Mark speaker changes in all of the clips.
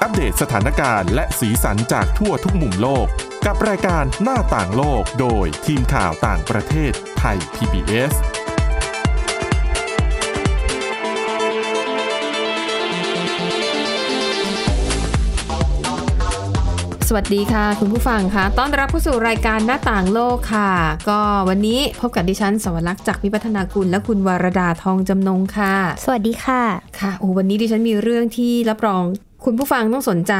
Speaker 1: ปเดตสถานการณ์และสีสันจากทั่วทุกมุมโลก กับรายการหน้าต่างโลกโดยทีมข่าวต่างประเทศไทย PBS
Speaker 2: สวัสดีค่ะ คุณผู้ฟังค่ะต้อนรับเข้าสู่รายการหน้าต่างโลกค่ะ ก็วันนี้พบกับดิฉันสวรักษ์จากวิพัฒนาคุณและคุณวรดาทองจำนงค่ะ
Speaker 3: สวัสดีค่ะ
Speaker 2: ค่ะโอ้วันนี้ดิฉันมีเรื่องที่รับรองคุณผู้ฟังต้องสนใจ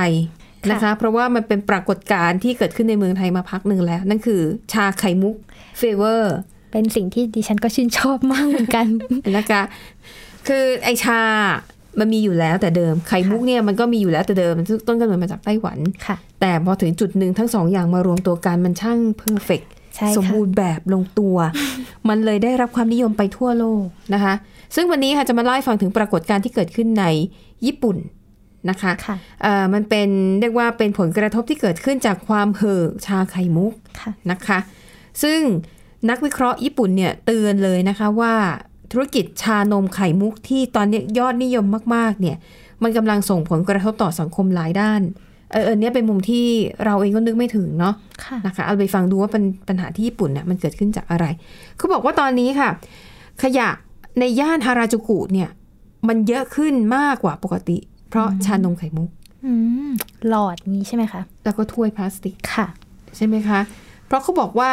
Speaker 2: นะคะ เพราะว่ามันเป็นปรากฏการณ์ที่เกิดขึ้นในเมืองไทยมาพักหนึ่งแล้ว นั่นคือชาไข่มุกเฟเวอร์
Speaker 3: เป็นสิ่งที่ดิฉันก็ชื่นชอบมากเหมือนกัน
Speaker 2: นะคะ คือไอชา มันมีอยู่แล้วแต่เดิม ไข่มุกเนี่ยมันก็มีอยู่แล้วแต่เดิมซึ่งต้นกำเนิดมาจากไต้หวัน
Speaker 3: ค่ะ
Speaker 2: แต่พอถึงจุดหนึ่งทั้งสองอย่างมารวมตัวกันมันช่างเพอร์เฟก
Speaker 3: ใช่ค่ะ
Speaker 2: สมบูรณ์แบบลง ตัว มันเลยได้รับความนิยมไปทั่วโลกนะคะ ซึ่งวันนี้ค่ะจะมาเล่าให้ฟังถึงปรากฏการณ์ที่เกิดขึ้นในญี่ปุ่นนะคะ
Speaker 3: ค่ะ
Speaker 2: เอ่อมันเป็นเรียกว่าเป็นผลกระทบที่เกิดขึ้นจากความเห่อชาไข่มุก
Speaker 3: ค่ะ
Speaker 2: นะคะ ซึ่งนักวิเคราะห์ญี่ปุ่นเนี่ยเตือนเลยนะคะว่าธุรกิจชานมไข่มุกที่ตอนนี้ยอดนิยมมากๆเนี่ยมันกำลังส่งผลกระทบต่อสังคมหลายด้านเออเออเนี่ยเป็นมุมที่เราเองก็นึกไม่ถึงเนาะ
Speaker 3: ค่ะ
Speaker 2: นะคะเอาไปฟังดูว่าเป็นปัญหาที่ญี่ปุ่นเนี่ยมันเกิดขึ้นจากอะไร เขาบอกว่าตอนนี้ค่ะ ขยะในย่านฮาราจูกุเนี่ยมันเยอะขึ้นมากกว่าปกติ เพราะชานมไข่มุก
Speaker 3: อืม หลอดนี้ใช่ไหมคะ
Speaker 2: แล้วก็ถ้วยพลาสติก
Speaker 3: ค่ะ
Speaker 2: ใช่ไหมคะ เพราะเขาบอกว่า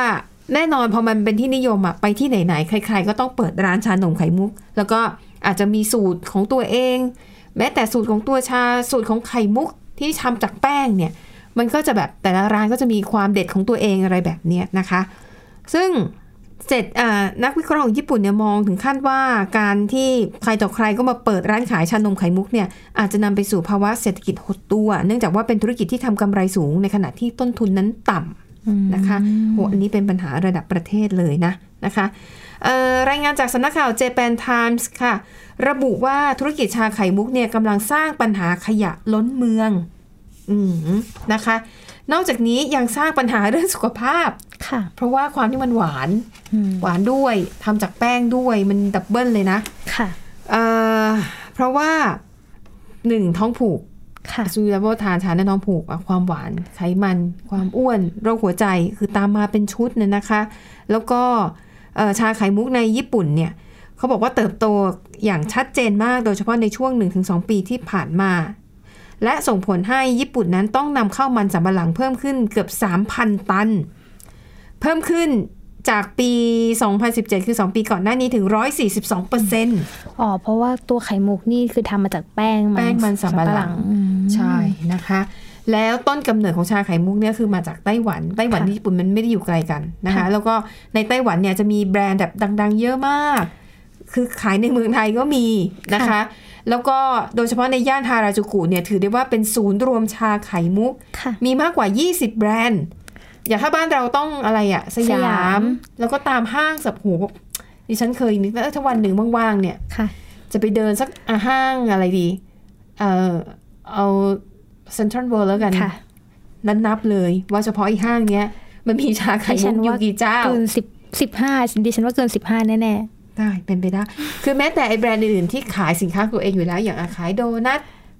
Speaker 2: แน่นอนพอมันเป็นที่นิยมอะไปที่ไหนๆ ใครๆ ก็ต้องเปิดร้านชานมไข่มุก แล้วก็อาจจะมีสูตรของตัวเอง แม้แต่สูตรของตัวชาสูตรของไข่มุกที่ทำจากแป้งเนี่ย มันก็จะแบบแต่ละร้านก็จะมีความเด็ดของตัวเองอะไรแบบเนี้ยนะคะ ซึ่งเจ็ดอ่านักวิเคราะห์ของญี่ปุ่นเนี่ยมองถึงขั้นว่าการที่ใครต่อใครก็มาเปิดร้านขายชานมไข่มุกเนี่ยอาจจะนำไปสู่ภาวะเศรษฐกิจหดตัว เนื่องจากว่าเป็นธุรกิจที่ทำกำไรสูงในขณะที่ต้นทุนนั้นต่ำนะคะโหอันนี้เป็นปัญหาระดับประเทศเลยนะนะคะเอ่อรายงานจากสำนักข่าว Japan Times ค่ะ ระบุว่าธุรกิจชาไข่มุกเนี่ยกำลังสร้างปัญหาขยะล้นเมืองอืมนะคะ นอกจากนี้ยังสร้างปัญหาเรื่องสุขภาพ
Speaker 3: ค่ะ
Speaker 2: เพราะว่าความที่มันหวาน
Speaker 3: อืม
Speaker 2: หวานด้วยทำจากแป้งด้วยมันดับเบิลเลยนะ
Speaker 3: ค่ะ
Speaker 2: เอ่อเพราะว่าหนึ่งท้องผูก
Speaker 3: ค่ะ
Speaker 2: ซูยาโบทานชาแนะท้องผูกอะความหวานไขมัน ความอ้วนโรคหัวใจคือตามมาเป็นชุดเนี่ยนะคะ แล้วก็เอ่อชาไข่มุกในญี่ปุ่นเนี่ยเขาบอกว่าเติบโตอย่างชัดเจนมากโดยเฉพาะในช่วง 1-2 ปีที่ผ่านมา และส่งผลให้ญี่ปุ่นนั้นต้องนำเข้ามันสำปะหลังเพิ่มขึ้นเกือบ 3,000 ตัน เพิ่มขึ้นจากปี 2017 คือ 2 ปีก่อนหน้านี้ถึง 142เปอร์เซ็นต์
Speaker 3: อ๋อ เพราะว่าตัวไข่มุกนี่คือทำมาจากแป้งมัน
Speaker 2: แป้งมันสำปะหลัง
Speaker 3: อืม
Speaker 2: ใช่นะคะ แล้วต้นกำเนิดของชาไข่มุกเนี่ยคือมาจากไต้หวัน ไต้หวัน
Speaker 3: ค่ะ
Speaker 2: กับญี่ปุ่นมันไม่ได้อยู่ไกลกันนะคะ
Speaker 3: ค่ะ
Speaker 2: แล้วก็ในไต้หวันเนี่ยจะมีแบรนด์แบบดัง ๆ เยอะมาก คือขายในเมืองไทยก็มีนะคะ แล้วก็โดยเฉพาะในย่านฮาราจูกุเนี่ยถือได้ว่าเป็นศูนย์รวมชาไข่มุก
Speaker 3: ค่ะ
Speaker 2: มีมากกว่า 20 แบรนด์ อย่างถ้าบ้านเราต้องอะไรอะสยาม
Speaker 3: สยาม
Speaker 2: แล้วก็ตามห้างสับหูดิฉันเคยนึกว่าเอ้ยถ้าวันหนึ่งว่างๆเนี่ย
Speaker 3: ค่ะ
Speaker 2: จะไปเดินสักอ่ะห้างอะไรดี เออเอาเซ็นทรัลเวิลด์แล้วกัน
Speaker 3: ค่ะ
Speaker 2: นั้นนับเลยว่าเฉพาะอีห้างเนี้ย มันมีชาไข่
Speaker 3: ดิฉั
Speaker 2: มุกอ
Speaker 3: น
Speaker 2: ยู่
Speaker 3: ว่า
Speaker 2: กี่เจ้า
Speaker 3: เกินสิบสิบห้าดิฉันว่าเกินสิบห้าแน่
Speaker 2: ได้เป็นไปได้ คือแม้แต่ไอแบรนด์อื่นๆที่ขายสินค้าตัวเองอยู่แล้ว อย่างอะขายโดนัท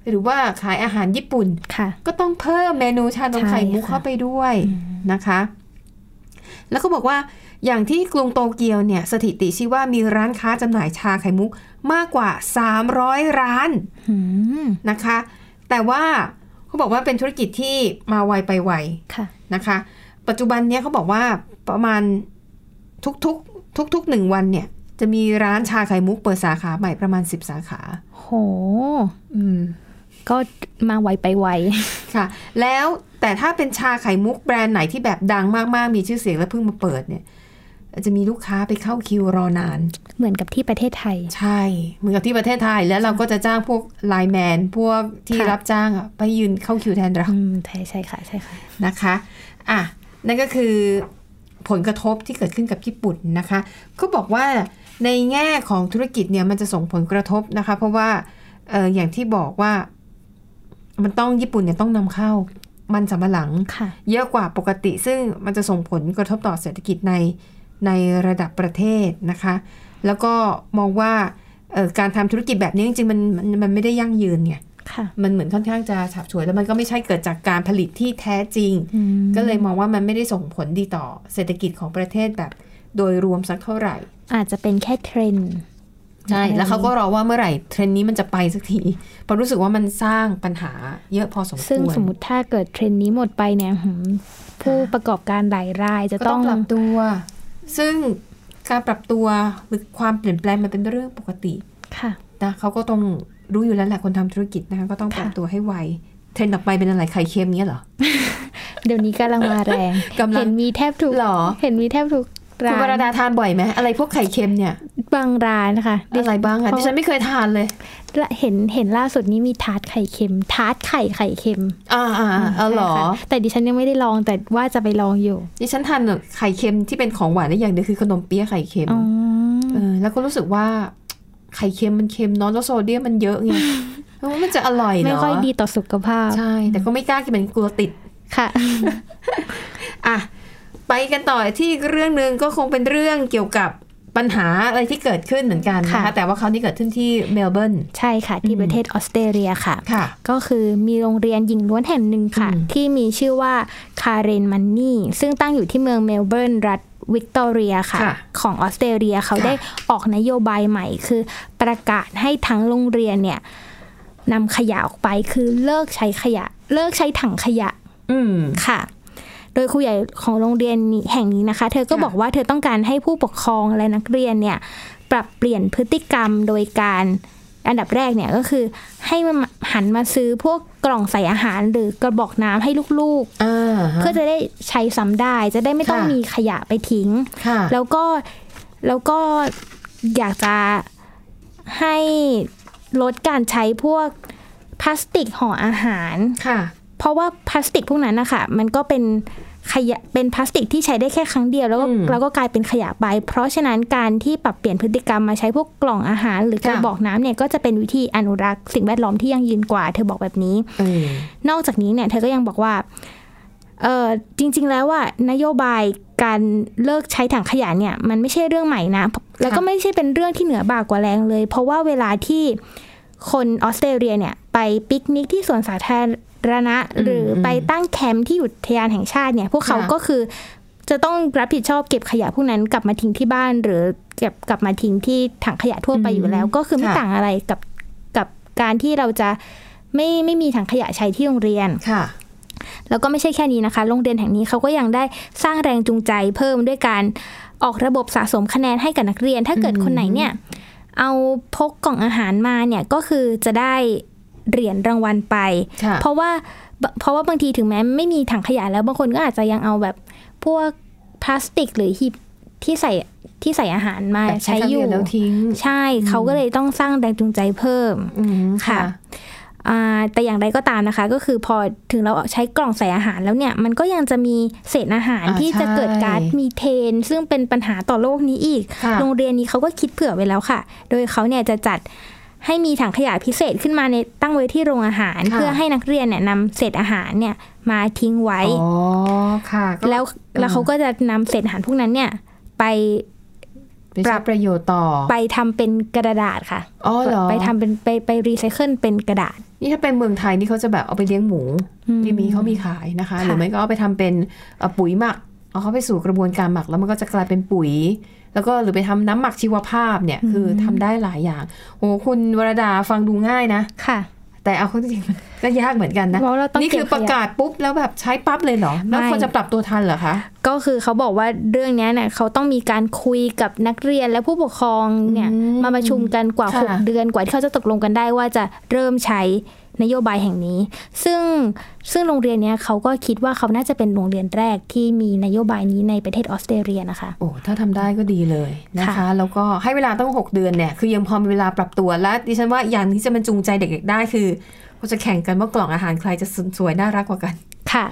Speaker 2: หรือว่าขายอาหารญี่ปุ่น
Speaker 3: ๆ ค่ะ
Speaker 2: ก็ต้องเพิ่มเมนูชานมไข่มุก
Speaker 3: ใช่ค่ะ
Speaker 2: เข้าไปด้วยนะคะ แล้วก็บอกว่าอย่างที่กรุงโตเกียวเนี่ยสถิติชี้ว่ามีร้านค้าจำหน่ายชาไข่มุกมากกว่า 300 ร้าน
Speaker 3: อืม
Speaker 2: นะคะ แต่ว่าเขาบอกว่าเป็นธุรกิจที่มาไวไปไว
Speaker 3: ค่ะ
Speaker 2: นะคะ ปัจจุบันเนี่ยเขาบอกว่าประมาณทุกๆทุกๆหนึ่งวันเนี่ยจะมีร้านชาไข่มุกเปิดสาขาใหม่ประมาณ 10 สาขา
Speaker 3: โห
Speaker 2: อืม
Speaker 3: ก็มาไวไปไว
Speaker 2: ค่ะ แล้วแต่ถ้าเป็นชาไข่มุกแบรนด์ไหนที่แบบดังมากๆ มีชื่อเสียงแล้วเพิ่งมาเปิดเนี่ย จะมีลูกค้าไปเข้าคิวรอนาน
Speaker 3: เหมือนกับที่ประเทศไทย
Speaker 2: ใช่ เหมือนกับที่ประเทศไทยแล้วเราก็จะจ้างพวกไลแมน พวกที่
Speaker 3: ค่ะ
Speaker 2: รับจ้างอะไปยืนเข้าคิวแทนเรา
Speaker 3: อืมใช่ใช่ค่ะ ใช่ค่ะ
Speaker 2: นะคะอ่ะนั่นก็คือผลกระทบที่เกิดขึ้นกับญี่ปุ่นนะคะเขาบอกว่าในแง่ของธุรกิจเนี่ยมันจะส่งผลกระทบนะคะ เพราะว่าเอออย่างที่บอกว่ามันต้องญี่ปุ่นเนี่ยต้องนำเข้ามันสำปะหลัง
Speaker 3: ค่ะ
Speaker 2: เยอะกว่าปกติ ซึ่งมันจะส่งผลกระทบต่อเศรษฐกิจในในระดับประเทศนะคะ แล้วก็มองว่าเอ่อการทำธุรกิจแบบนี้จริงๆมันมันมันไม่ได้ยั่งยืนไง
Speaker 3: ค่ะ
Speaker 2: มันเหมือนค่อนข้างจะฉับฉวยแล้วมันก็ไม่ใช่เกิดจากการผลิตที่แท้จริง
Speaker 3: อืม
Speaker 2: ก็เลยมองว่ามันไม่ได้ส่งผลดีต่อเศรษฐกิจของประเทศแบบ โดยรวมสักเท่าไหร่
Speaker 3: อาจจะเป็นแค่เทรนด์
Speaker 2: ใช่
Speaker 3: อืม
Speaker 2: แล้วเขาก็รอว่าเมื่อไหร่เทรนด์นี้มันจะไปสักทีเพราะรู้สึกว่ามันสร้างปัญหาเยอะพอสมควร
Speaker 3: ซึ่งสมมติถ้าเกิดเทรนด์นี้หมดไปเนี่ยหืมผู้ประกอบการหลายรายจะ
Speaker 2: ก็
Speaker 3: ต้
Speaker 2: ต้
Speaker 3: อ
Speaker 2: อง
Speaker 3: ง
Speaker 2: ปรับตัว ซึ่งการปรับตัวหรือความเปลี่ยนแปลงมันเป็นเรื่องปกติ
Speaker 3: ค่ะ
Speaker 2: นะเขาก็ต้องรู้อยู่แล้วแหละคนทำธุรกิจนะคะก็ต้องปรับตัวให้ไวเทรนด์ต่อไปเป็นอะไรไข่เค็มเงี้ยเหรอ
Speaker 3: เดี๋ยวนี้กำลังมาแรง
Speaker 2: กำลัง
Speaker 3: เห็นมีแทบทุก
Speaker 2: หรอ
Speaker 3: เห็นมีแทบทุก
Speaker 2: คุ
Speaker 3: ร้า
Speaker 2: ณวร
Speaker 3: น
Speaker 2: ดาทานบ่อยไหมอะไรพวกไข่เค็มเนี่ย
Speaker 3: บางร้านค่ะดิ
Speaker 2: อะไรบ้างอะดิฉันไม่เคยทานเลย
Speaker 3: และเห็นเห็นล่าสุดนี้มีทาร์ตไข่เค็ม ทาร์ตไข่ไข่เค็ม
Speaker 2: อ่าอ่าเออเหรอ
Speaker 3: ใช่ค่ะแต่ดิฉันยังไม่ได้ลองแต่ว่าจะไปลองอยู่
Speaker 2: ดิฉันทานไข่เค็มที่เป็นของหวานได้อย่างเดียวคือขนมเปี๊ยะไข่เค็ม
Speaker 3: อ๋อ
Speaker 2: เออแล้วก็รู้สึกว่าไข่เค็มมันเค็มเนอะแล้วโซเดียมมันเยอะไงเออมันจะอร่อยเหรอ
Speaker 3: ไม่ค่อยดีต่อสุขภาพ
Speaker 2: ใช่ แต่ก็ไม่กล้ากินมันกลัวติด
Speaker 3: ค่ะ
Speaker 2: อ่ะ ไปกันต่อที่อีกเรื่องหนึ่งก็คงเป็นเรื่องเกี่ยวกับปัญหาอะไรที่เกิดขึ้นเหมือนกันนะคะ
Speaker 3: ค่ะ
Speaker 2: แต่ว่าคราวนี้เกิดขึ้นที่เมลเบิร์น
Speaker 3: ใช่ค่ะ ที่ประเทศออสเตรเลียค่ะ
Speaker 2: ค่ะ
Speaker 3: ก็คือมีโรงเรียนหญิงล้วนแห่งหนึ่งค่ะ
Speaker 2: อืม
Speaker 3: ที่มีชื่อว่าคาเรนมันนี่ซึ่งตั้งอยู่ที่เมืองเมลเบิร์นรัฐวิกตอเรียค่ะ
Speaker 2: ค่ะ
Speaker 3: ของออสเตรเลียเขา
Speaker 2: ค่ะ
Speaker 3: ได้ออกนโยบายใหม่คือประกาศให้ทั้งโรงเรียนเนี่ยนำขยะออกไปคือเลิกใช้ขยะ เลิกใช้ถังขยะ
Speaker 2: อืม
Speaker 3: ค่ะ โดยครูใหญ่ของโรงเรียนนี้แห่งนี้นะคะ เธอก็
Speaker 2: ค่ะ
Speaker 3: บอกว่าเธอต้องการให้ผู้ปกครองและนักเรียนเนี่ยปรับเปลี่ยนพฤติกรรมโดยการอันดับแรกเนี่ยก็คือให้มันหันมาซื้อพวกกล่องใส่อาหารหรือกระบอกน้ำให้ลูก
Speaker 2: อ่า
Speaker 3: ๆ
Speaker 2: ฮะ
Speaker 3: เพื่อจะได้ใช้ซ้ำได้ จะได้ไม่ต้อง
Speaker 2: ค่ะ
Speaker 3: มีขยะไปทิ้ง
Speaker 2: ค่ะ
Speaker 3: แล้วก็แล้วก็อยากจะให้ลดการใช้พวกพลาสติกห่ออาหาร
Speaker 2: ค่ะ
Speaker 3: เพราะว่าพลาสติกพวกนั้นนะคะมันก็เป็นขยะเป็นพลาสติกที่ใช้ได้แค่ครั้งเดียวแล้วก็
Speaker 2: อืม
Speaker 3: แล้วก็กลายเป็นขยะไป เพราะฉะนั้นการที่ปรับเปลี่ยนพฤติกรรมมาใช้พวกกล่องอาหาร หรือก
Speaker 2: ค่ะ
Speaker 3: ระบอกน้ำเนี่ยก็จะเป็นวิธีอนุรักษ์สิ่งแวดล้อมที่ยั่งยืนกว่า เธอบอกแบบนี้
Speaker 2: เออน
Speaker 3: อกจากนี้เนี่ยเธอก็ยังบอกว่าเออจริง ๆ แล้วว่านโยบายการเลิกใช้ถังขยะเนี่ย มันไม่ใช่เรื่องใหม่นะ แล้วก็ไม่ใช่เป็นเรื่องที่เหนือบ่ากว่าแรงเลย เพราะว่าเวลาที่คนออสเตรเลียเนี่ย ไปปิกนิกที่สวนสาธารณะ หรือไปตั้งแคมป์ที่อุทยานแห่งชาติเนี่ย พวกเขาก็คือจะต้องรับผิดชอบเก็บขยะพวกนั้นกลับมาทิ้งที่บ้าน หรือเก็บกลับมาทิ้งที่ถังขยะทั่วไปอยู่แล้ว ก็คือไม่ต่างอะไรกับกับการที่เราจะ ไม่ไม่มีถังขยะใช้ที่โรงเรียน
Speaker 2: ค่ะ
Speaker 3: แล้วก็ไม่ใช่แค่นี้นะคะ โรงเรียนแห่งนี้เขาก็ยังได้สร้างแรงจูงใจเพิ่มด้วยการออกระบบสะสมคะแนนให้กับนักเรียน ถ้าเกิดคนไหนเนี่ย เอาพกกล่องอาหารมาเนี่ยก็คือจะได้เหรียญรางวัลไป
Speaker 2: ค่ะ
Speaker 3: เพราะว่าเพราะว่าบางทีถึงแม้ไม่มีถังขยะแล้วบางคนก็อาจจะยังเอาแบบพวกพลาสติกหรือหีบที่ใส่ที่ใส่อาหารมา
Speaker 2: แบบ
Speaker 3: ใช้
Speaker 2: ครั้ง
Speaker 3: อ
Speaker 2: เดี
Speaker 3: ยู่
Speaker 2: วแล้วทิ้ง
Speaker 3: ใช่เขาก็เลยต้องสร้างแรงจูงใจเพิ่ม
Speaker 2: อืม
Speaker 3: ค่ะ อ่าแต่อย่างไรก็ตามนะคะ ก็คือพอถึงเราใช้กล่องใส่อาหารแล้วเนี่ย มันก็ยังจะมีเศษอาหาร
Speaker 2: อ่า
Speaker 3: ที่จะ
Speaker 2: ใช่
Speaker 3: เกิดการมีเทน ซึ่งเป็นปัญหาต่อโลกนี้อีก
Speaker 2: ค่ะ
Speaker 3: โรงเรียนนี้เขาก็คิดเผื่อไว้แล้วค่ะ โดยเขาเนี่ยจะจัดให้มีถังขยะพิเศษขึ้นมาในตั้งไว้ที่โรงอาหาร เพื่อให้นักเรียนเนี่ยนำเศษอาหารเนี่ยมาทิ้งไว้
Speaker 2: อ๋อ ค่ะก็
Speaker 3: แล้วแล้วเขาก็จะนำเศษอาหารพวกนั้นเนี่ยไป
Speaker 2: ไปใช้
Speaker 3: ปรับ
Speaker 2: ประโยชน์ต่อ
Speaker 3: ไปทำเป็นกระดาษค่ะ
Speaker 2: อ๋อเหรอ
Speaker 3: ไปทำเป็นไปไปรีไซเคิลเป็นกระดาษ
Speaker 2: นี่ถ้าเป็นเมืองไทยนี่เขาจะแบบเอาไปเลี้ยงหมู
Speaker 3: อืม
Speaker 2: ที่มีเขามีขายนะคะ
Speaker 3: ค่ะ
Speaker 2: หรือไม่ก็เอาไปทำเป็นเอ่อปุ๋ยหมัก เอาเขาไปสู่กระบวนการหมักแล้วมันก็จะกลายเป็นปุ๋ย แล้วก็หรือไปทำน้ำหมักชีวภาพเนี่ยคือทำได้หลายอย่าง โหคุณวรดาฟังดูง่ายนะ
Speaker 3: ค่ะ
Speaker 2: แต่เอาเข้าจริงๆ มันก็ยากเหมือนกันนะ
Speaker 3: เพราะเราต้อง
Speaker 2: นี่คือ
Speaker 3: เก็บ
Speaker 2: ป
Speaker 3: ขยะ
Speaker 2: ระกาศปุ๊บแล้วแบบใช้ปั๊บเลยเหรอแล้ว
Speaker 3: ไม่
Speaker 2: ควรจะปรับตัวทันเหรอคะ
Speaker 3: ก็คือเขาบอกว่าเรื่องเนี้ยเนี่ยเขาต้องมีการคุยกับนักเรียนและผู้ปกครองเนี่ย
Speaker 2: อืม
Speaker 3: มาประชุมกันกว่า
Speaker 2: ค่ะ
Speaker 3: 6 เดือนกว่าที่เขาจะตกลงกันได้ว่าจะเริ่มใช้นโยบายแห่งนี้ ซึ่งซึ่งโรงเรียนเนี้ยเขาก็คิดว่าเขาน่าจะเป็นโรงเรียนแรกที่มีนโยบายนี้ในประเทศออสเตรเลียนะคะ
Speaker 2: โอ้ ถ้าทำได้ก็ดีเลยนะคะ
Speaker 3: ค่ะ
Speaker 2: แล้วก็ให้เวลาต้อง 6 เดือนเนี่ย คือยังพอมีเวลาปรับตัว และดิฉันว่าอย่างที่จะมันจูงใจเด็กๆได้คือเขาจะแข่งกันว่ากล่องอาหารใครจะสวยน่ารักกว่ากัน
Speaker 3: ค่ะ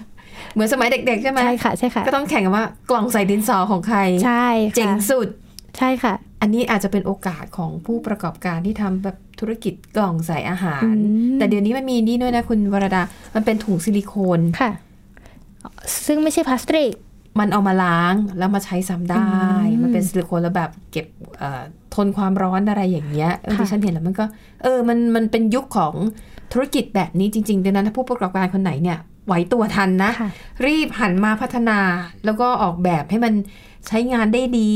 Speaker 2: เหมือนสมัยเด็ก ๆ ใช่ไหม
Speaker 3: ใช่ค่ะใช่ค่ะ
Speaker 2: ก็ต้องแข่งกันว่ากล่องใส่ดินสอของใคร
Speaker 3: ใช่ค่ะ
Speaker 2: เจ๋งสุด
Speaker 3: ใช่ค่ะ
Speaker 2: อันนี้อาจจะเป็นโอกาสของผู้ประกอบการที่ทำแบบธุรกิจกล่องใส่อาหาร แต่เดี๋ยวนี้มันมีนี่ด้วยนะคุณวรดา มันเป็นถุงซิลิโคน
Speaker 3: ค่ะ ซึ่งไม่ใช่พลาสติก
Speaker 2: มันเอามาล้างแล้วมาใช้ซ้ำได้ มันเป็นซิลิโคนแล้วแบบเก็บเอ่อ ทนความร้อนอะไรอย่างเงี้ยเออ
Speaker 3: ค่ะ
Speaker 2: ดิฉันเห็นแล้วมันก็ เออมันมันเป็นยุคของธุรกิจแบบนี้จริงๆดังนั้นถ้าผู้ประกอบการคนไหนเนี่ยไหวตัวทันนะ
Speaker 3: ค่ะ
Speaker 2: รีบหันมาพัฒนา แล้วก็ออกแบบให้มันใช้งานได้ดี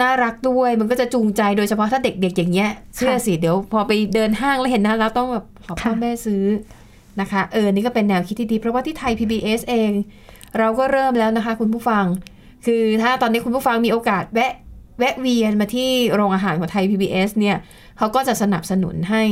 Speaker 2: น่ารักด้วยมันก็จะจูงใจโดยเฉพาะถ้าเด็กๆ อย่างเงี้ยเชื่อสิเดี๋ยวพอไปเดินห้างแล้วเห็นหน้าแล้วต้องแบบขอพ่อ
Speaker 3: ค่ะ
Speaker 2: แม่ซื้อนะคะเออนี่ก็เป็นแนวคิดที่ดี เพราะว่าที่ไทย PBS เอง เราก็เริ่มแล้วนะคะคุณผู้ฟัง คือถ้าตอนนี้คุณผู้ฟังมีโอกาสแวะแวะเวียนมาที่โรงอาหารของไทย PBS เนี่ยเขาก็จะสนับสนุนให้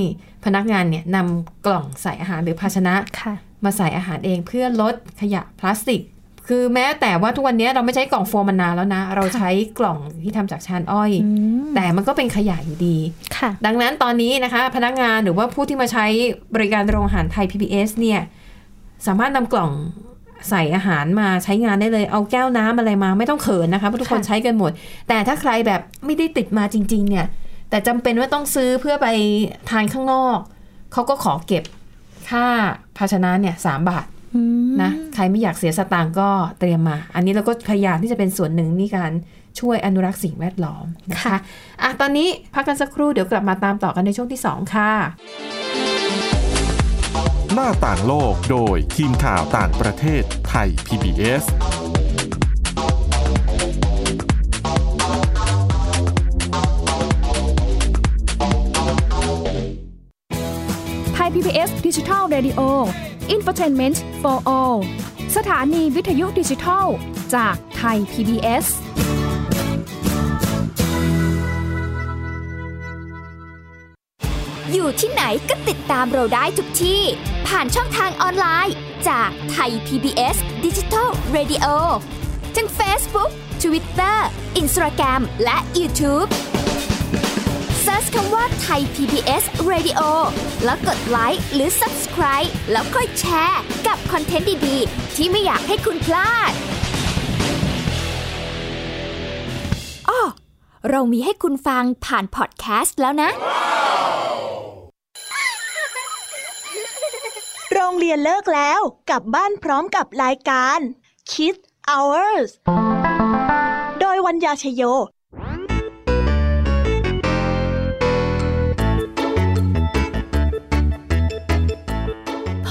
Speaker 2: พนักงานเนี่ยนำกล่องใส่อาหารหรือภาชนะ
Speaker 3: ค่ะ
Speaker 2: มาใส่อาหารเองเพื่อลดขยะพลาสติก คือแม้แต่ว่าทุกวันนี้เราไม่ใช้กล่องโฟมมานานแล้วนะ เราใช้กล่องที่ทำจากชานอ้อย
Speaker 3: อืม
Speaker 2: แต่มันก็เป็นขยะอยู่ดี
Speaker 3: ค่ะ
Speaker 2: ดังนั้นตอนนี้นะคะ พนักงานหรือว่าผู้ที่มาใช้บริการโรงอาหารไทย PBS เนี่ยสามารถนำกล่องใส่อาหารมาใช้งานได้เลย เอาแก้วน้ำอะไรมาไม่ต้องเขินนะคะเพราะทุกคน
Speaker 3: ค่ะ
Speaker 2: ใช้กันหมด แต่ถ้าใครแบบไม่ได้ติดมาจริง ๆ เนี่ย แต่จำเป็นว่าต้องซื้อเพื่อไปทานข้างนอก เขาก็ขอเก็บค่าภาชนะเนี่ยสามบาท
Speaker 3: อืม
Speaker 2: นะใครไม่อยากเสียสตางค์ก็เตรียมมา อันนี้เราก็พยายามที่จะเป็นส่วนหนึ่งในการช่วยอนุรักษ์สิ่งแวดล้อมนะคะ
Speaker 3: ค่ะ
Speaker 2: อ่ะตอนนี้พักกันสักครู่เดี๋ยวกลับมาตามต่อกันในช่วงที่ 2 ค่ะ
Speaker 1: หน้าต่างโลกโดยทีมข่าวต่างประเทศไทย PBS
Speaker 4: ไทย PBS Digital Radio Infotainment for All สถานีวิทยุดิจิทัลจากไทย PBS
Speaker 5: อยู่ที่ไหนก็ติดตามเราได้ทุกที่ ผ่านช่องทางออนไลน์ จากไทย PBS Digital Radio ทั้ง Facebook Twitter Instagram และ YouTube Search คำว่าไทย PBS Radio แล้วกดไลค์หรือ Subscribe แล้วค่อยแชร์ กับคอนเทนต์ดี ๆ ที่ไม่อยากให้คุณพลาดอ้อเรามีให้คุณฟังผ่านพอดแคสต์แล้วนะ
Speaker 6: โรงเรียนเลิกแล้วกลับบ้านพร้อมกับรายการ Kids Hours โดยวัญญาชยโย
Speaker 7: พ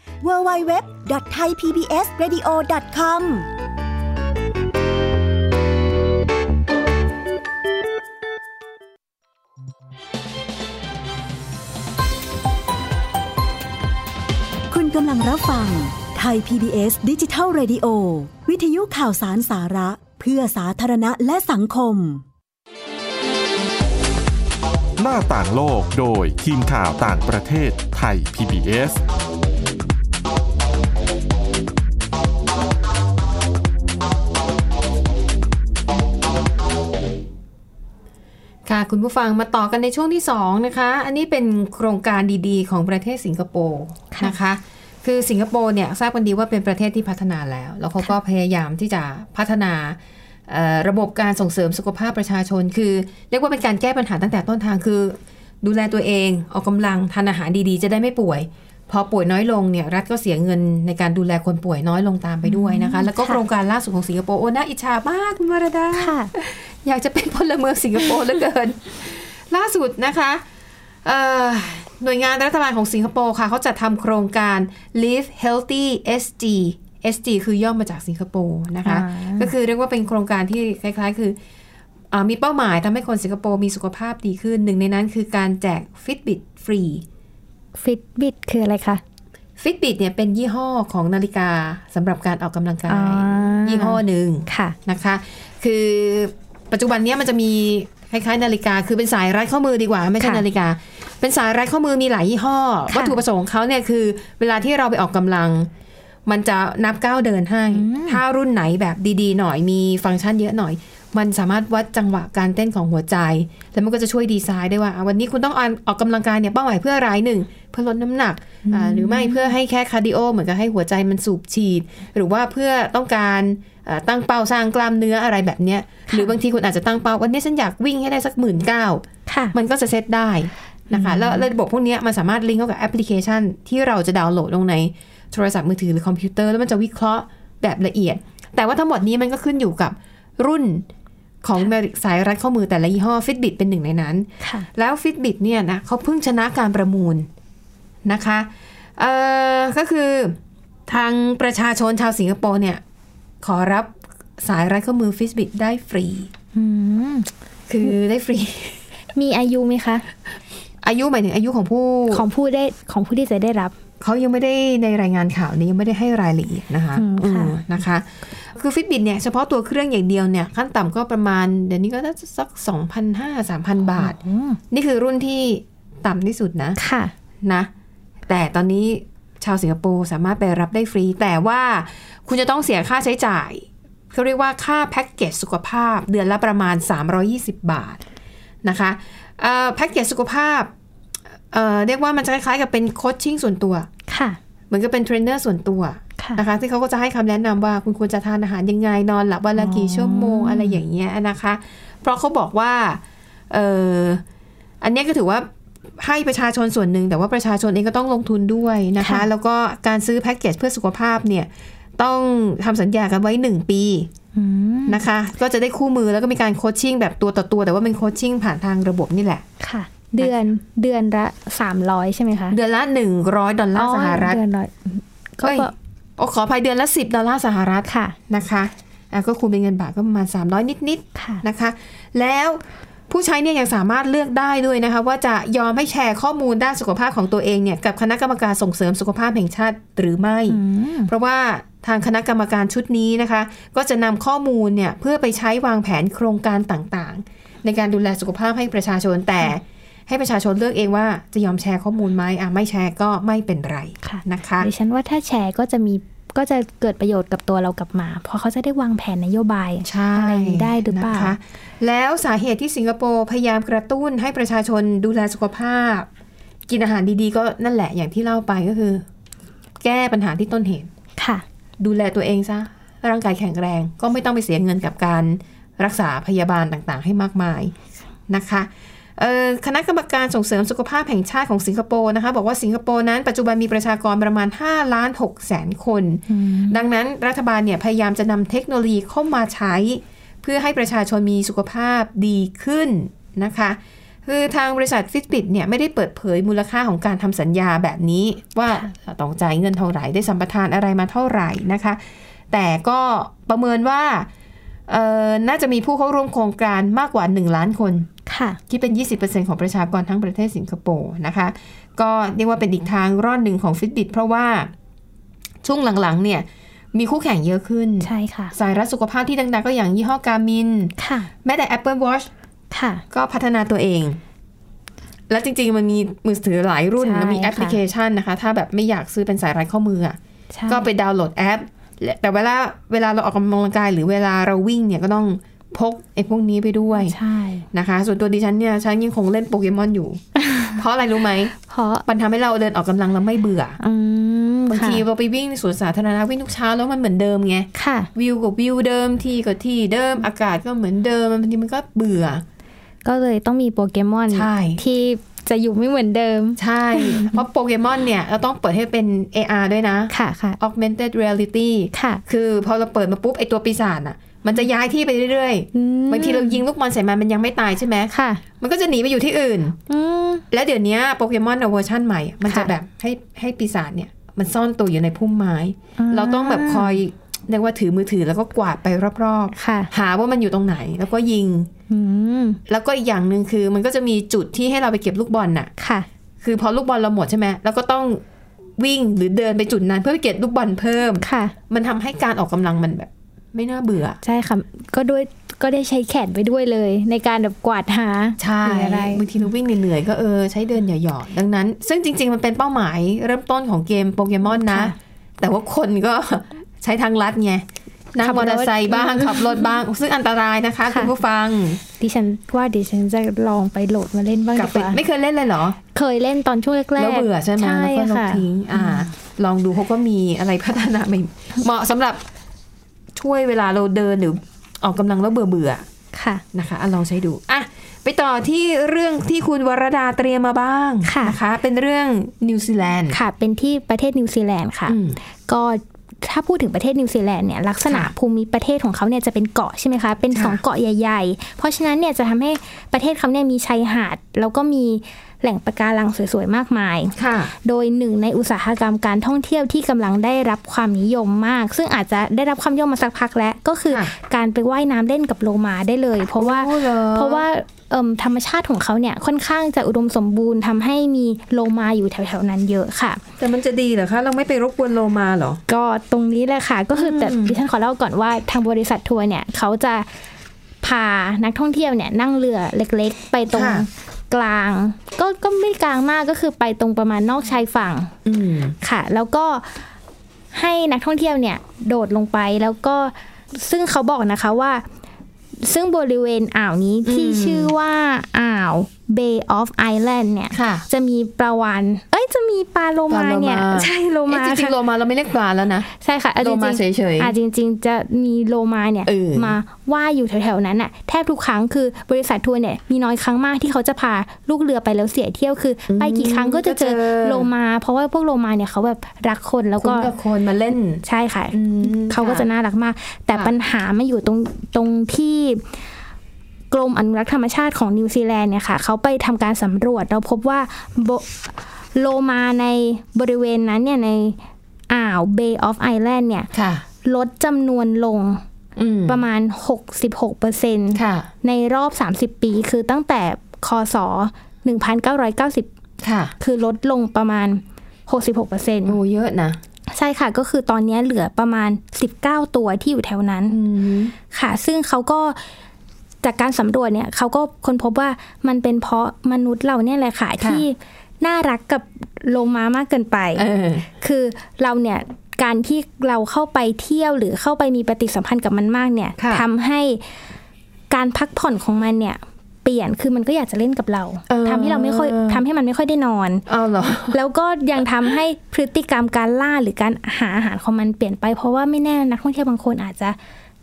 Speaker 7: www.thaipbsradio.com คุณกำลังรับฟังไทย PBS ดิจิทัล Radio วิทยุข่าวสารสาระ เพื่อสาธารณะและสังคม
Speaker 1: หน้าต่างโลกโดยทีมข่าวต่างประเทศไทย PBS
Speaker 2: ค่ะคุณผู้ฟังมาต่อกันในช่วงที่ 2 นะคะ อันนี้เป็นโครงการดีๆ ของประเทศสิงคโปร์นะคะ คือสิงคโปร์เนี่ยทราบกันดีว่าเป็นประเทศที่พัฒนาแล้ว แล้วเขาก็พยายามที่จะพัฒนาเอ่อระบบการส่งเสริมสุขภาพประชาชน คือ เรียกว่าเป็นการแก้ปัญหาตั้งแต่ต้นทางคือ ดูแลตัวเองออกกำลังทานอาหารดีๆ จะได้ไม่ป่วย พอป่วยน้อยลงเนี่ยรัฐก็เสียเงินในการดูแลคนป่วยน้อยลงตามไปด้วยนะคะ แล้วก็
Speaker 3: ค่ะ
Speaker 2: โครงการล่าสุดของสิงคโปร์โอ้น่าอิจฉามากคุณวรดา
Speaker 3: ค่ะ
Speaker 2: อยากจะเป็นพลเมืองสิงคโปร์เหลือเกิน ล่าสุดนะคะเอ่อหน่วยงานรัฐบาลของสิงคโปร์ค่ะเขาจัดทำโครงการ Live Healthy SG SG คือย่อมาจากสิงคโปร์นะคะ
Speaker 3: อ่า
Speaker 2: ก็คือเรียกว่าเป็นโครงการที่คล้ายๆ คืออามีเป้าหมายทำให้คนสิงคโปร์มีสุขภาพดีขึ้น หนึ่งในนั้นคือการแจก Fitbit ฟรี
Speaker 3: ฟิตบิตคืออะไรคะ
Speaker 2: Fitbit เนี่ยเป็นยี่ห้อของนาฬิกาสำหรับการออกกำลังกาย
Speaker 3: อ่า
Speaker 2: ยี่ห้อหนึ่ง
Speaker 3: ค่ะ
Speaker 2: นะคะ คือปัจจุบันเนี้ยมันจะมีคล้ายๆ นาฬิกา คือเป็นสายรัดข้อมือดีกว่า ไม่ใช่
Speaker 3: ค่ะ
Speaker 2: นาฬิกา เป็นสายรัดข้อมือมีหลายยี่ห้อ
Speaker 3: ค่ะ
Speaker 2: วัตถุประสงค์ของเขาเนี่ยคือเวลาที่เราไปออกกำลัง มันจะนับก้าวเดินให้ ถ้ารุ่นไหนแบบดีๆ หน่อยมีฟังก์ชันเยอะหน่อย มันสามารถวัดจังหวะการเต้นของหัวใจ แล้วมันก็จะช่วยดีไซน์ได้ว่าอ่ะวันนี้คุณต้องออกออกกำลังกายเนี่ยเป้าหมายเพื่ออะไรหนึ่งเพื่อลดน้ำหนักอ่าหรือไม่เพื่อให้แค่คาร์ดิโอเหมือนกับให้หัวใจมันสูบฉีด หรือว่าเพื่อต้องการเอ่อตั้งเป้าสร้างกล้ามเนื้ออะไรแบบเนี้ยหรือบางทีคุณอาจจะตั้งเป้าวันนี้ฉันอยากวิ่งให้ได้สักหมื่นเก้า
Speaker 3: ค่ะ
Speaker 2: มันก็จะเซตได้นะคะแล้วแล้วระบบพวกเนี้ยมันสามารถลิงก์เข้ากับแอปพลิเคชัน ที่เราจะดาวน์โหลดลงในโทรศัพท์มือถือหรือคอมพิวเตอร์ แล้วมันจะวิเคราะห์แบบละเอียด แต่ว่าทั้งหมดนี้มันก็ขึ้นอยู่กับรุ่นของแมริกสายรัดข้อมือแต่ละยี่ห้อ Fitbit เป็นหนึ่งในนั้น
Speaker 3: ค่ะ
Speaker 2: แล้ว Fitbit เนี่ยนะเขาเพิ่งชนะการประมูลนะคะเอ่อก็คือทางประชาชนชาวสิงคโปร์เนี่ยขอรับสายรัดข้อมือ Fitbit ได้ฟรี
Speaker 3: อืม
Speaker 2: คือได้ฟรี
Speaker 3: มีอายุไหมคะ
Speaker 2: อายุหมายถึงอายุของผู้
Speaker 3: ของผู้ได้ของผู้ที่จะได้รับ
Speaker 2: เขายังไม่ได้ในรายงานข่าวนี้ยังไม่ได้ให้รายละเอียดนะคะ
Speaker 3: อืมค่ะ
Speaker 2: เออนะคะ คือ Fitbit เนี่ยเฉพาะตัวเครื่องอย่างเดียวเนี่ยขั้นต่ำก็ประมาณ เดี๋ยวนี้ก็น่าจะสัก 2,500 3,000 บาท นี่คือรุ่นที่ต่ำที่สุดนะ
Speaker 3: ค่ะ
Speaker 2: นะ แต่ตอนนี้ชาวสิงคโปร์สามารถไปรับได้ฟรี แต่ว่าคุณจะต้องเสียค่าใช้จ่ายเขาเรียกว่าค่าแพ็กเกจสุขภาพเดือนละประมาณ 320 บาทนะคะเอ่อแพ็กเกจสุขภาพเอ่อเรียกว่ามันจะคล้ายๆกับเป็นโคชชิ่งส่วนตัว
Speaker 3: ค่ะ
Speaker 2: เหมือนกับเป็นเทรนเนอร์ส่วนตัว
Speaker 3: ค่ะ
Speaker 2: นะคะที่เขาก็จะให้คำแนะนำว่าคุณควรจะทานอาหารยังไงนอนหลับวันละกี่ชั่วโมงอะไรอย่างเงี้ยนะคะ เพราะเขาบอกว่าเอออันเนี้ยก็ถือว่าให้ประชาชนส่วนหนึ่ง แต่ว่าประชาชนเองก็ต้องลงทุนด้วยนะคะ
Speaker 3: ค่ะ
Speaker 2: แล้วก็การซื้อแพ็กเกจเพื่อสุขภาพเนี่ยต้องทำสัญญากันไว้ 1 ปี
Speaker 3: อืม
Speaker 2: นะคะ ก็จะได้คู่มือแล้วก็มีการโคชชิ่งแบบตัวต่อตัว แต่ว่าเป็นโคชชิ่งผ่านทางระบบนี่แหละ
Speaker 3: ค่ะ เดือนเดือนละสามร้อยใช่ไหมคะ
Speaker 2: เดือนละ 100 ดอลลาร์สหรัฐ
Speaker 3: เดือนละก็
Speaker 2: เอ้ยโอ้ขออภัยเดือนละ 10 ดอลลาร์สหรัฐ
Speaker 3: ค่ะ
Speaker 2: นะคะอ่ะก็คูณเป็นเงินบาทก็ประมาณ 300 นิด ๆ
Speaker 3: ค่ะ
Speaker 2: นะคะ แล้วผู้ใช้เนี่ยยังสามารถเลือกได้ด้วยนะคะ ว่าจะยอมให้แชร์ข้อมูลด้านสุขภาพของตัวเองเนี่ยกับคณะกรรมการส่งเสริมสุขภาพแห่งชาติหรือไม่ เพราะว่าทางคณะกรรมการชุดนี้นะคะ ก็จะนำข้อมูลเนี่ยเพื่อไปใช้วางแผนโครงการต่างๆ ในการดูแลสุขภาพให้ประชาชนแต่ ให้ประชาชนเลือกเองว่าจะยอมแชร์ข้อมูลไหมอ่ะไม่แชร์ก็ไม่เป็นไร
Speaker 3: ค่ะ
Speaker 2: นะคะ
Speaker 3: ดิฉันว่าถ้าแชร์ก็จะมีก็จะเกิดประโยชน์กับตัวเรากลับมา เพราะเขาจะได้วางแผนนโยบาย
Speaker 2: ใช่
Speaker 3: อะไรอย่างนี้ได้หรือเปล่า
Speaker 2: นคแล้วสาเหตุที่สิงคโปร์พยายามกระตุ้นให้ประชาชนดูแลสุขภาพ กินอาหารดีๆ ก็นั่นแหละอย่างที่เล่าไปก็คือ แก้ปัญหาที่ต้นเหตุ
Speaker 3: ค่ะ
Speaker 2: ดูแลตัวเองซะ ร่างกายแข็งแรง ก็ไม่ต้องไปเสียเงินกับการรักษาพยาบาลต่างๆ ให้มากมายนะคะเอ่อคณะกรรมการส่งเสริมสุขภาพแห่งชาติของสิงคโปร์นะคะ บอกว่าสิงคโปร์นั้นปัจจุบันมีประชากรประมาณ5ล้าน6แสนคน ดังนั้นรัฐบาลเนี่ยพยายามจะนำเทคโนโลยีเข้ามาใช้ เพื่อให้ประชาชนมีสุขภาพดีขึ้นนะคะ คือทางบริษัท Fitbit เนี่ยไม่ได้เปิดเผยมูลค่าของการทำสัญญาแบบนี้ ว่าต้องจ่ายเงินเท่าไหร่ได้สัมปทานอะไรมาเท่าไหร่นะคะ แต่ก็ประเมินว่าเอ่อน่าจะมีผู้เข้าร่วมโครงการมากกว่า 1 ล้านคน
Speaker 3: ค่ะ
Speaker 2: คิดเป็น 20%ของประชากรทั้งประเทศสิงคโปร์นะคะ ก็เรียกว่าเป็นอีกทางรอดหนึ่งของ Fitbit เพราะว่าช่วงหลังๆเนี่ยมีคู่แข่งเยอะขึ้น
Speaker 3: ใช่ค่ะ
Speaker 2: สายรัดสุขภาพที่ดังๆก็อย่างยี่ห้อกามิน
Speaker 3: ค่ะ
Speaker 2: แม้แต่ Apple Watch
Speaker 3: ค่ะ
Speaker 2: ก็พัฒนาตัวเอง แล้วจริงๆ มันมีมือถือหลายรุ่น
Speaker 3: ใช่
Speaker 2: มันมี
Speaker 3: ค่ะ
Speaker 2: แอปพลิเคชันนะคะ ถ้าแบบไม่อยากซื้อเป็นสายรัดข้อมืออะ
Speaker 3: ใช่
Speaker 2: ก็ไปดาวน์โหลดแอป แต่เวลาเวลาเราออกกำลังกายหรือเวลาเราวิ่งเนี่ยก็ต้องพกไอ้พวกนี้ไปด้วย
Speaker 3: ใช่
Speaker 2: นะคะ ส่วนตัวดิฉันเนี่ยฉันยังคงเล่นโปเกมอน อยู่ เพราะอะไรรู้ไหม
Speaker 3: เพราะ
Speaker 2: มันทำให้เราเดินออกกำลังแล้วไม่เบื่อ
Speaker 3: อืม
Speaker 2: บางทีเราไปวิ่งในสวนสาธารณะวิ่งทุกเช้าแล้วมันเหมือนเดิมไง
Speaker 3: ค่ะ
Speaker 2: วิวกับวิวเดิมที่กับที่เดิมอากาศก็เหมือนเดิมบางทีมันก็เบื่อ
Speaker 3: ก็เลยต้องมีโปเกมอน
Speaker 2: ใช่
Speaker 3: ที่จะอยู่ไม่เหมือนเดิม
Speaker 2: ใช่ เพราะโปเกมอนเนี่ยเราต้องเปิดให้เป็น AR ด้วยนะ
Speaker 3: ค่ะค่ะ
Speaker 2: augmented reality
Speaker 3: ค่ะ
Speaker 2: คือพอเราเปิดมาปุ๊บไอตัวปีศาจอ่ะ มันจะย้ายที่ไปเรื่อย
Speaker 3: อืม
Speaker 2: ๆ บางทีเรายิงลูกบอลใส่มันมันยังไม่ตายใช่ไหม
Speaker 3: ค่ะ
Speaker 2: มันก็จะหนีไปอยู่ที่อื่น
Speaker 3: อืม
Speaker 2: แล้วเดี๋ยวนี้โปเกมอนเวอร์ชันใหม่อะมันจะ
Speaker 3: ค่ะ
Speaker 2: แบบให้ให้ปีศาจเนี่ยมันซ่อนตัวอยู่ในพุ่มไม้ เราต้องแบบคอยเรียกว่าถือมือถือแล้วก็กวาดไปรอบ
Speaker 3: ค่ะ
Speaker 2: ๆ หาว่ามันอยู่ตรงไหนแล้วก็ยิง
Speaker 3: อืม
Speaker 2: แล้วก็อีกอย่างหนึ่งคือมันก็จะมีจุดที่ให้เราไปเก็บลูกบอลน่ะ
Speaker 3: ค่ะ
Speaker 2: คือพอลูกบอลเราหมดใช่ไหมแล้วก็ต้องวิ่งหรือเดินไปจุดนั้น เพื่อไปเก็บลูกบอลเพิ่ม
Speaker 3: ค่ะ
Speaker 2: มันทำให้การออกกำลังมันแบบ ไม่น่าเบื่อ
Speaker 3: ใช่ค่ะ ก็ด้วย ก็ได้ใช้แขนไปด้วยเลย ในการแบบกวาดหา
Speaker 2: ใช่
Speaker 3: หรืออะไร
Speaker 2: บางทีเราวิ่งเหนื่อยๆก็เออใช้เดินหยอดๆดังนั้น ซึ่งจริง ๆ มันเป็นเป้าหมายเริ่มต้นของเกมโปเกมอนนะ
Speaker 3: ค่ะ
Speaker 2: แต่ว่าคนก็ ใช้ทางลัดไง นั่ง
Speaker 3: ขับ
Speaker 2: ม
Speaker 3: รถ
Speaker 2: อเตอร์ไซค์บ้าง ขับรถบ้าง ซึ่งอันตรายนะคะคุณผู้ฟัง
Speaker 3: ดิฉันว่าดิฉันจะลองไปโหลดมาเล่นบ้าง
Speaker 2: กลั
Speaker 3: ดี
Speaker 2: บไป
Speaker 3: กว่า
Speaker 2: ไม่เคยเล่นเลยเหรอ
Speaker 3: เคยเล่นตอนช่วงแรกๆ
Speaker 2: แล้วเบื่อใช่ไหม
Speaker 3: ใช่
Speaker 2: แล้วก็ลบ
Speaker 3: ค่ะ
Speaker 2: ทิ้งอ่า ลองดูเขาก็มีอะไรพัฒนาใหม่เหมาะสำหรับช่วยเวลาเราเดินหรือออกกำลังแล้วเบื่อเบื่อ
Speaker 3: ค่ะ
Speaker 2: ๆนะคะอ่ะลองใช้ดูอ่ะไปต่อที่เรื่องที่คุณวรดาเตรียมมาบ้าง
Speaker 3: ค่ะ
Speaker 2: นะคะ เป็นเรื่องนิวซีแลนด์
Speaker 3: ค่ะ เป็นที่ประเทศนิวซีแลนด์ค่ะ
Speaker 2: อืม
Speaker 3: ก็ถ้าพูดถึงประเทศนิวซีแลนด์เนี่ยลักษณะ
Speaker 2: ค่ะ
Speaker 3: ภูมิประเทศของเขาเนี่ยจะเป็นเกาะใช่ไหมคะ เป็นสอง
Speaker 2: ค่ะ
Speaker 3: เกาะใหญ่ ๆ เพราะฉะนั้นเนี่ยจะทำให้ประเทศเขาเนี่ยมีชายหาด แล้วก็มีแหล่งปะการังสวยๆมากมาย
Speaker 2: ค่ะ
Speaker 3: โดยหนึ่งในอุตสาหกรรมการท่องเที่ยวที่กำลังได้รับความนิยมมาก ซึ่งอาจจะได้รับความนิยมมาสักพักแล้วก็คือ
Speaker 2: ค่ะ
Speaker 3: การไปว่ายน้ำเล่นกับโลมาได้เลย เพราะว่า
Speaker 2: โอ้หอ
Speaker 3: เพราะว่าเอิ่มธรรมชาติของเขาเนี่ยค่อนข้างจะอุดมสมบูรณ์ทำให้มีโลมาอยู่แถวๆนั้นเยอะค่ะ
Speaker 2: แต่มันจะดีเหรอคะ เราไม่ไปรบกวนโลมาเหรอ
Speaker 3: ก็ตรงนี้แหละค่ะ ก็คือแต่
Speaker 2: อืม
Speaker 3: ดิฉันขอเล่าก่อนว่าทางบริษัททัวร์เนี่ยเขาจะพานักท่องเที่ยวเนี่ยนั่งเรือเล็กๆ ไปตรง
Speaker 2: ค่ะ
Speaker 3: กลาง ก็ก็ไม่กลางมากก็คือไปตรงประมาณนอกชายฝั่ง
Speaker 2: อืม
Speaker 3: ค่ะแล้วก็ให้นักท่องเที่ยวเนี่ยโดดลงไปแล้วก็ซึ่งเขาบอกนะคะว่า ซึ่งบริเวณอ่าวนี้ที่
Speaker 2: อืม
Speaker 3: ชื่อว่าอ่าว Bay of Island เนี่ย
Speaker 2: ค่ะ
Speaker 3: จะมีปลาวานเอ้ยจะมีปลาโลมาเนี่ย
Speaker 2: ปลาโลมา
Speaker 3: ใช่โลมา
Speaker 2: เอ๊ะจริงๆ
Speaker 3: ค่ะ
Speaker 2: โลมาเราไม่เรียกปลาแล้วนะ
Speaker 3: ใช่ค่ะเอา
Speaker 2: โล
Speaker 3: จริง
Speaker 2: มาเฉ
Speaker 3: ๆ
Speaker 2: ย
Speaker 3: อ่ะจริง ๆ จะมีโลมาเนี่ย
Speaker 2: เออ
Speaker 3: มาว่ายอยู่แถวๆนั้นอะแทบทุกครั้งคือบริษัททัวร์เนี่ยมีน้อยครั้งมากที่เขาจะพาลูกเรือไปแล้วเสียเที่ยวคืออไปกี่ครั้งก็จะเจอโลมา เพราะว่าพวกโลมาเนี่ยเขาแบบรักคนแล้ว
Speaker 2: ๆคุ้
Speaker 3: ก็
Speaker 2: นกับคนมาเล่น
Speaker 3: ใช่ค่ะ
Speaker 2: อืม
Speaker 3: เขาก็จะน่ารักมาก แต่
Speaker 2: ค่ะ
Speaker 3: ปัญหามาอยู่ตรงตรงที่กรมอนุรักษ์ธรรมชาติของนิวซีแลนด์เนี่ยค่ะ เขาไปทำการสำรวจ เราพบว่าโบโลมาในบริเวณนั้นเนี่ยในอ่าว Bay of Island เนี่ย
Speaker 2: ค่ะ
Speaker 3: ลดจำนวนลง
Speaker 2: อืม
Speaker 3: ประมาณ 66%
Speaker 2: ค่ะ
Speaker 3: ในรอบ 30 ปี คือตั้งแต่คศ 1990
Speaker 2: ค่ะ
Speaker 3: คือลดลงประมาณ 66%
Speaker 2: โอ้เยอะนะ
Speaker 3: ใช่ค่ะก็คือตอนนี้เหลือประมาณ 19 ตัวที่อยู่แถวนั้นค่ะ ซึ่งเขาก็จากการสำรวจเนี่ยเขาก็ค้นพบว่ามันเป็นเพราะมนุษย์เราเนี่ยแหละค่ะที่ น่ารักกับโลมามากเกินไป
Speaker 2: เออ
Speaker 3: คือเราเนี่ยการที่เราเข้าไปเที่ยวหรือเข้าไปมีปฏิสัมพันธ์กับมันมากเนี่ย
Speaker 2: ค่ะ
Speaker 3: ทำให้การพักผ่อนของมันเนี่ย เปลี่ยนคือมันก็อยากจะเล่นกับเราทำให้เราไม่ค่อยทำให้มันไม่ค่อยได้นอน
Speaker 2: เอาเหรอ
Speaker 3: แล้วก็ยังทำให้พฤติกรรมการล่าหรือการหาอาหารของมันเปลี่ยนไป เพราะว่าไม่แน่นักท่องเที่ยวบางคนอาจจะ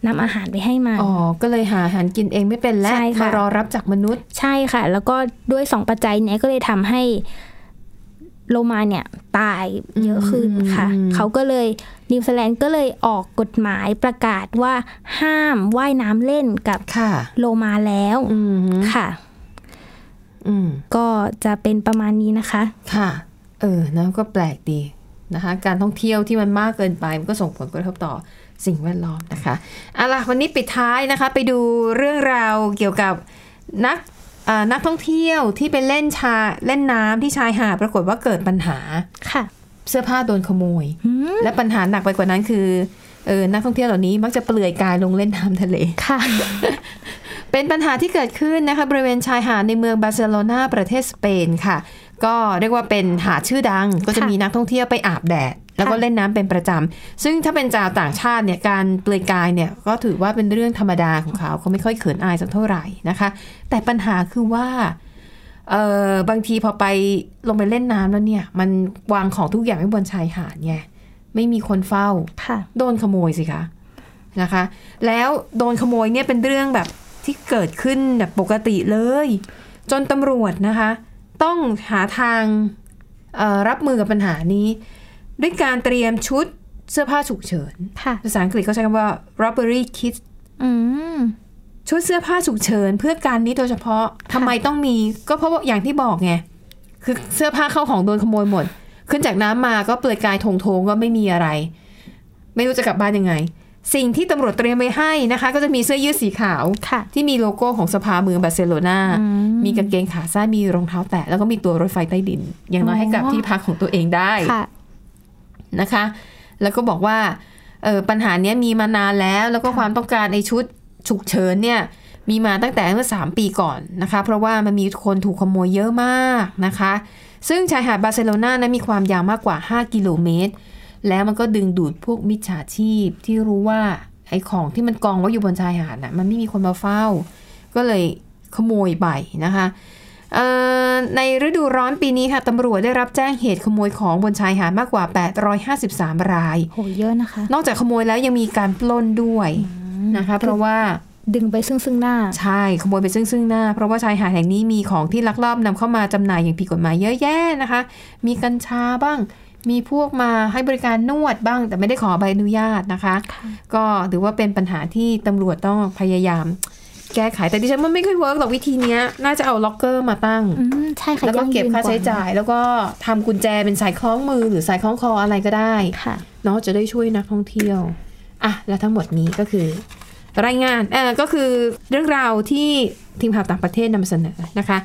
Speaker 3: นำอาหารไปให้มัน
Speaker 2: อ๋อ ก็เลยหาอาหารกินเองไม่เป็นแล้ว
Speaker 3: ใช่ค่ะ
Speaker 2: มารอรับจากมนุษย์
Speaker 3: ใช่ค่ะ แล้วก็ด้วยสองปัจจัยเนี้ยก็เลยทำให้โลมาเนี่ยตายเยอะขึ้นค่ะ
Speaker 2: อืม
Speaker 3: เขาก็เลยนิวซีแลนด์ก็เลยออกกฎหมายประกาศว่าห้ามว่ายน้ำเล่นกับ
Speaker 2: ค่ะ
Speaker 3: โลมาแล้ว
Speaker 2: อืม
Speaker 3: ค่ะ
Speaker 2: อืม
Speaker 3: ก็จะเป็นประมาณนี้นะคะ
Speaker 2: ค่ะ เออนะก็แปลกดีนะคะ การท่องเที่ยวที่มันมากเกินไป มันก็ส่งผลกระทบต่อสิ่งแวดล้อมนะคะเอาล่ะวันนี้ปิดท้ายนะคะ ไปดูเรื่องราวเกี่ยวกับนักเอ่อนักท่องเที่ยวที่ไปเล่นชาเล่นน้ำที่ชายหาดปรากฏว่าเกิดปัญหา
Speaker 3: ค่ะ
Speaker 2: เสื้อผ้าโดนขโมย และปัญหาหนักไปกว่านั้นคือเออนักท่องเที่ยวเหล่านี้มักจะเปลือยกายลงเล่นน้ำทะเล
Speaker 3: ค่ะ
Speaker 2: เป็นปัญหาที่เกิดขึ้นนะคะบริเวณชายหาดในเมืองบาร์เซโลนาประเทศสเปนค่ะ ก็เรียกว่าเป็นหาดชื่อดัง ก็จะ
Speaker 3: ค่ะ
Speaker 2: มีนักท่องเที่ยวไปอาบแดด แล้วก็
Speaker 3: ค่ะ
Speaker 2: เล่นน้ำเป็นประจำซึ่งถ้าเป็นชาวต่างชาติเนี่ยการเปลือยกายเนี่ยก็ถือว่าเป็นเรื่องธรรมดาของเขาเขาไม่ค่อยเขินอายสักเท่าไหร่นะคะ แต่ปัญหาคือว่าเออบางทีพอไปลงไปเล่นน้ำแล้วเนี่ย มันวางของทุกอย่างไว้บนชายหาดไงไม่มีคนเฝ้า
Speaker 3: ค่ะ
Speaker 2: โดนขโมยสิคะนะคะ แล้วโดนขโมยเนี่ยเป็นเรื่องแบบที่เกิดขึ้นแบบปกติเลย จนตำรวจนะคะ ต้องหาทางเอ่อรับมือกับปัญหานี้ ด้วยการเตรียมชุดเสื้อผ้าฉุกเฉิน
Speaker 3: ค่ะ
Speaker 2: ภาษาอังกฤษก็ใช้คำว่า robbery kit
Speaker 3: อืม
Speaker 2: ชุดเสื้อผ้าฉุกเฉินเพื่อการนี้โดยเฉพาะทำไมต้องมี ก็เพราะว่าอย่างที่บอกไงคือเสื้อผ้าเข้าของโดนขโมยหมด ขึ้นจากน้ำมาก็เปลือยกายทงทงๆก็ไม่มีอะไร ไม่รู้จะกลับบ้านยังไง สิ่งที่ตำรวจเตรียมไว้ให้นะคะ ก็จะมีเสื้อยืดสีขาว
Speaker 3: ค่ะ
Speaker 2: ที่มีโลโก้ของสภาเมืองบาร์เซโลนา
Speaker 3: อืม
Speaker 2: มีกางเกงขาสั้นมีรองเท้าแตะแล้วก็มีตัวรถไฟใต้ดิน อย่างน้อยให้กลับ
Speaker 3: อ๋อ
Speaker 2: ที่พักของตัวเองได้
Speaker 3: ค่ะ
Speaker 2: นะคะ แล้วก็บอกว่าเออปัญหาเนี้ยมีมานานแล้ว แล้วก็ความต้องการไอ้ชุดฉุกเฉินเนี่ยมีมาตั้งแต่เมื่อ 3 ปีก่อนนะคะ เพราะว่ามันมีคนถูกขโมยเยอะมากนะคะ ซึ่งชายหาดบาร์เซโลนานะมีความยาวมากกว่า 5 กิโลเมตร แล้วมันก็ดึงดูดพวกมิจฉาชีพที่รู้ว่า ไอ้ของที่มันกองไว้อยู่บนชายหาดน่ะมันไม่มีคนมาเฝ้า ก็เลยขโมยไปนะคะเอ่อในฤดูร้อนปีนี้ค่ะตำรวจได้รับแจ้งเหตุขโมยของบนชายหาดมากกว่า 853 ราย
Speaker 3: โหเยอะนะคะ
Speaker 2: นอกจากขโมยแล้วยังมีการปล้นด้วยนะคะ เพราะว่า
Speaker 3: ดึงไปซึ่งซึ่งหน้า
Speaker 2: ใช่ขโมยไปซึ่งซึ่งหน้า เพราะว่าชายหาดแห่งนี้มีของที่ลักลอบนำเข้ามาจำหน่ายอย่างผิดกฎหมายเยอะแยะนะคะ มีกัญชาบ้าง มีพวกมาให้บริการนวดบ้าง แต่ไม่ได้ขอใบอนุญาตนะคะ ก็ถือว่าเป็นปัญหาที่ตำรวจต้องพยายาม แก้ไขแต่ดิฉันว่าไม่ค่อยเวิร์กหรอกวิธีเนี้ยน่าจะเอาล็อกเกอร์มาตั้ง
Speaker 3: อืมใช่ค่ะ
Speaker 2: แล้วก็เก็บ
Speaker 3: ยั่งยืน
Speaker 2: ค่าใช้จ่าย แล้วก็ทำกุญแจเป็นสายคล้องมือหรือสายคล้องคออะไรก็ได้
Speaker 3: ค่ะ
Speaker 2: เนาะจะได้ช่วยนักท่องเที่ยว อ่ะ และทั้งหมดนี้ก็คือ รายงานเออก็คือเรื่องราวที่ทีมข่าวต่างประเทศนำเสนอนะคะ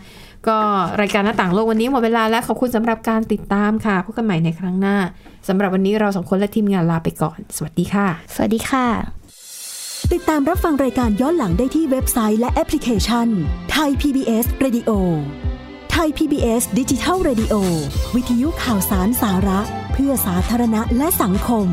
Speaker 2: ก็รายการหน้าต่างโลกวันนี้หมดเวลาแล้ว ขอบคุณสำหรับการติดตามค่ะพบกันใหม่ในครั้งหน้าสำหรับวันนี้เราสองคนและทีมงานลาไปก่อน สวัสดีค่ะ
Speaker 3: สวัสดีค่ะ
Speaker 7: ติดตามรับฟังรายการย้อนหลังได้ที่เว็บไซต์และแอปพลิเคชันไทย PBS Radio ไทย PBS ดิจิทัล Radio วิทยุข่าวสารสาระ เพื่อสาธารณะและสังคม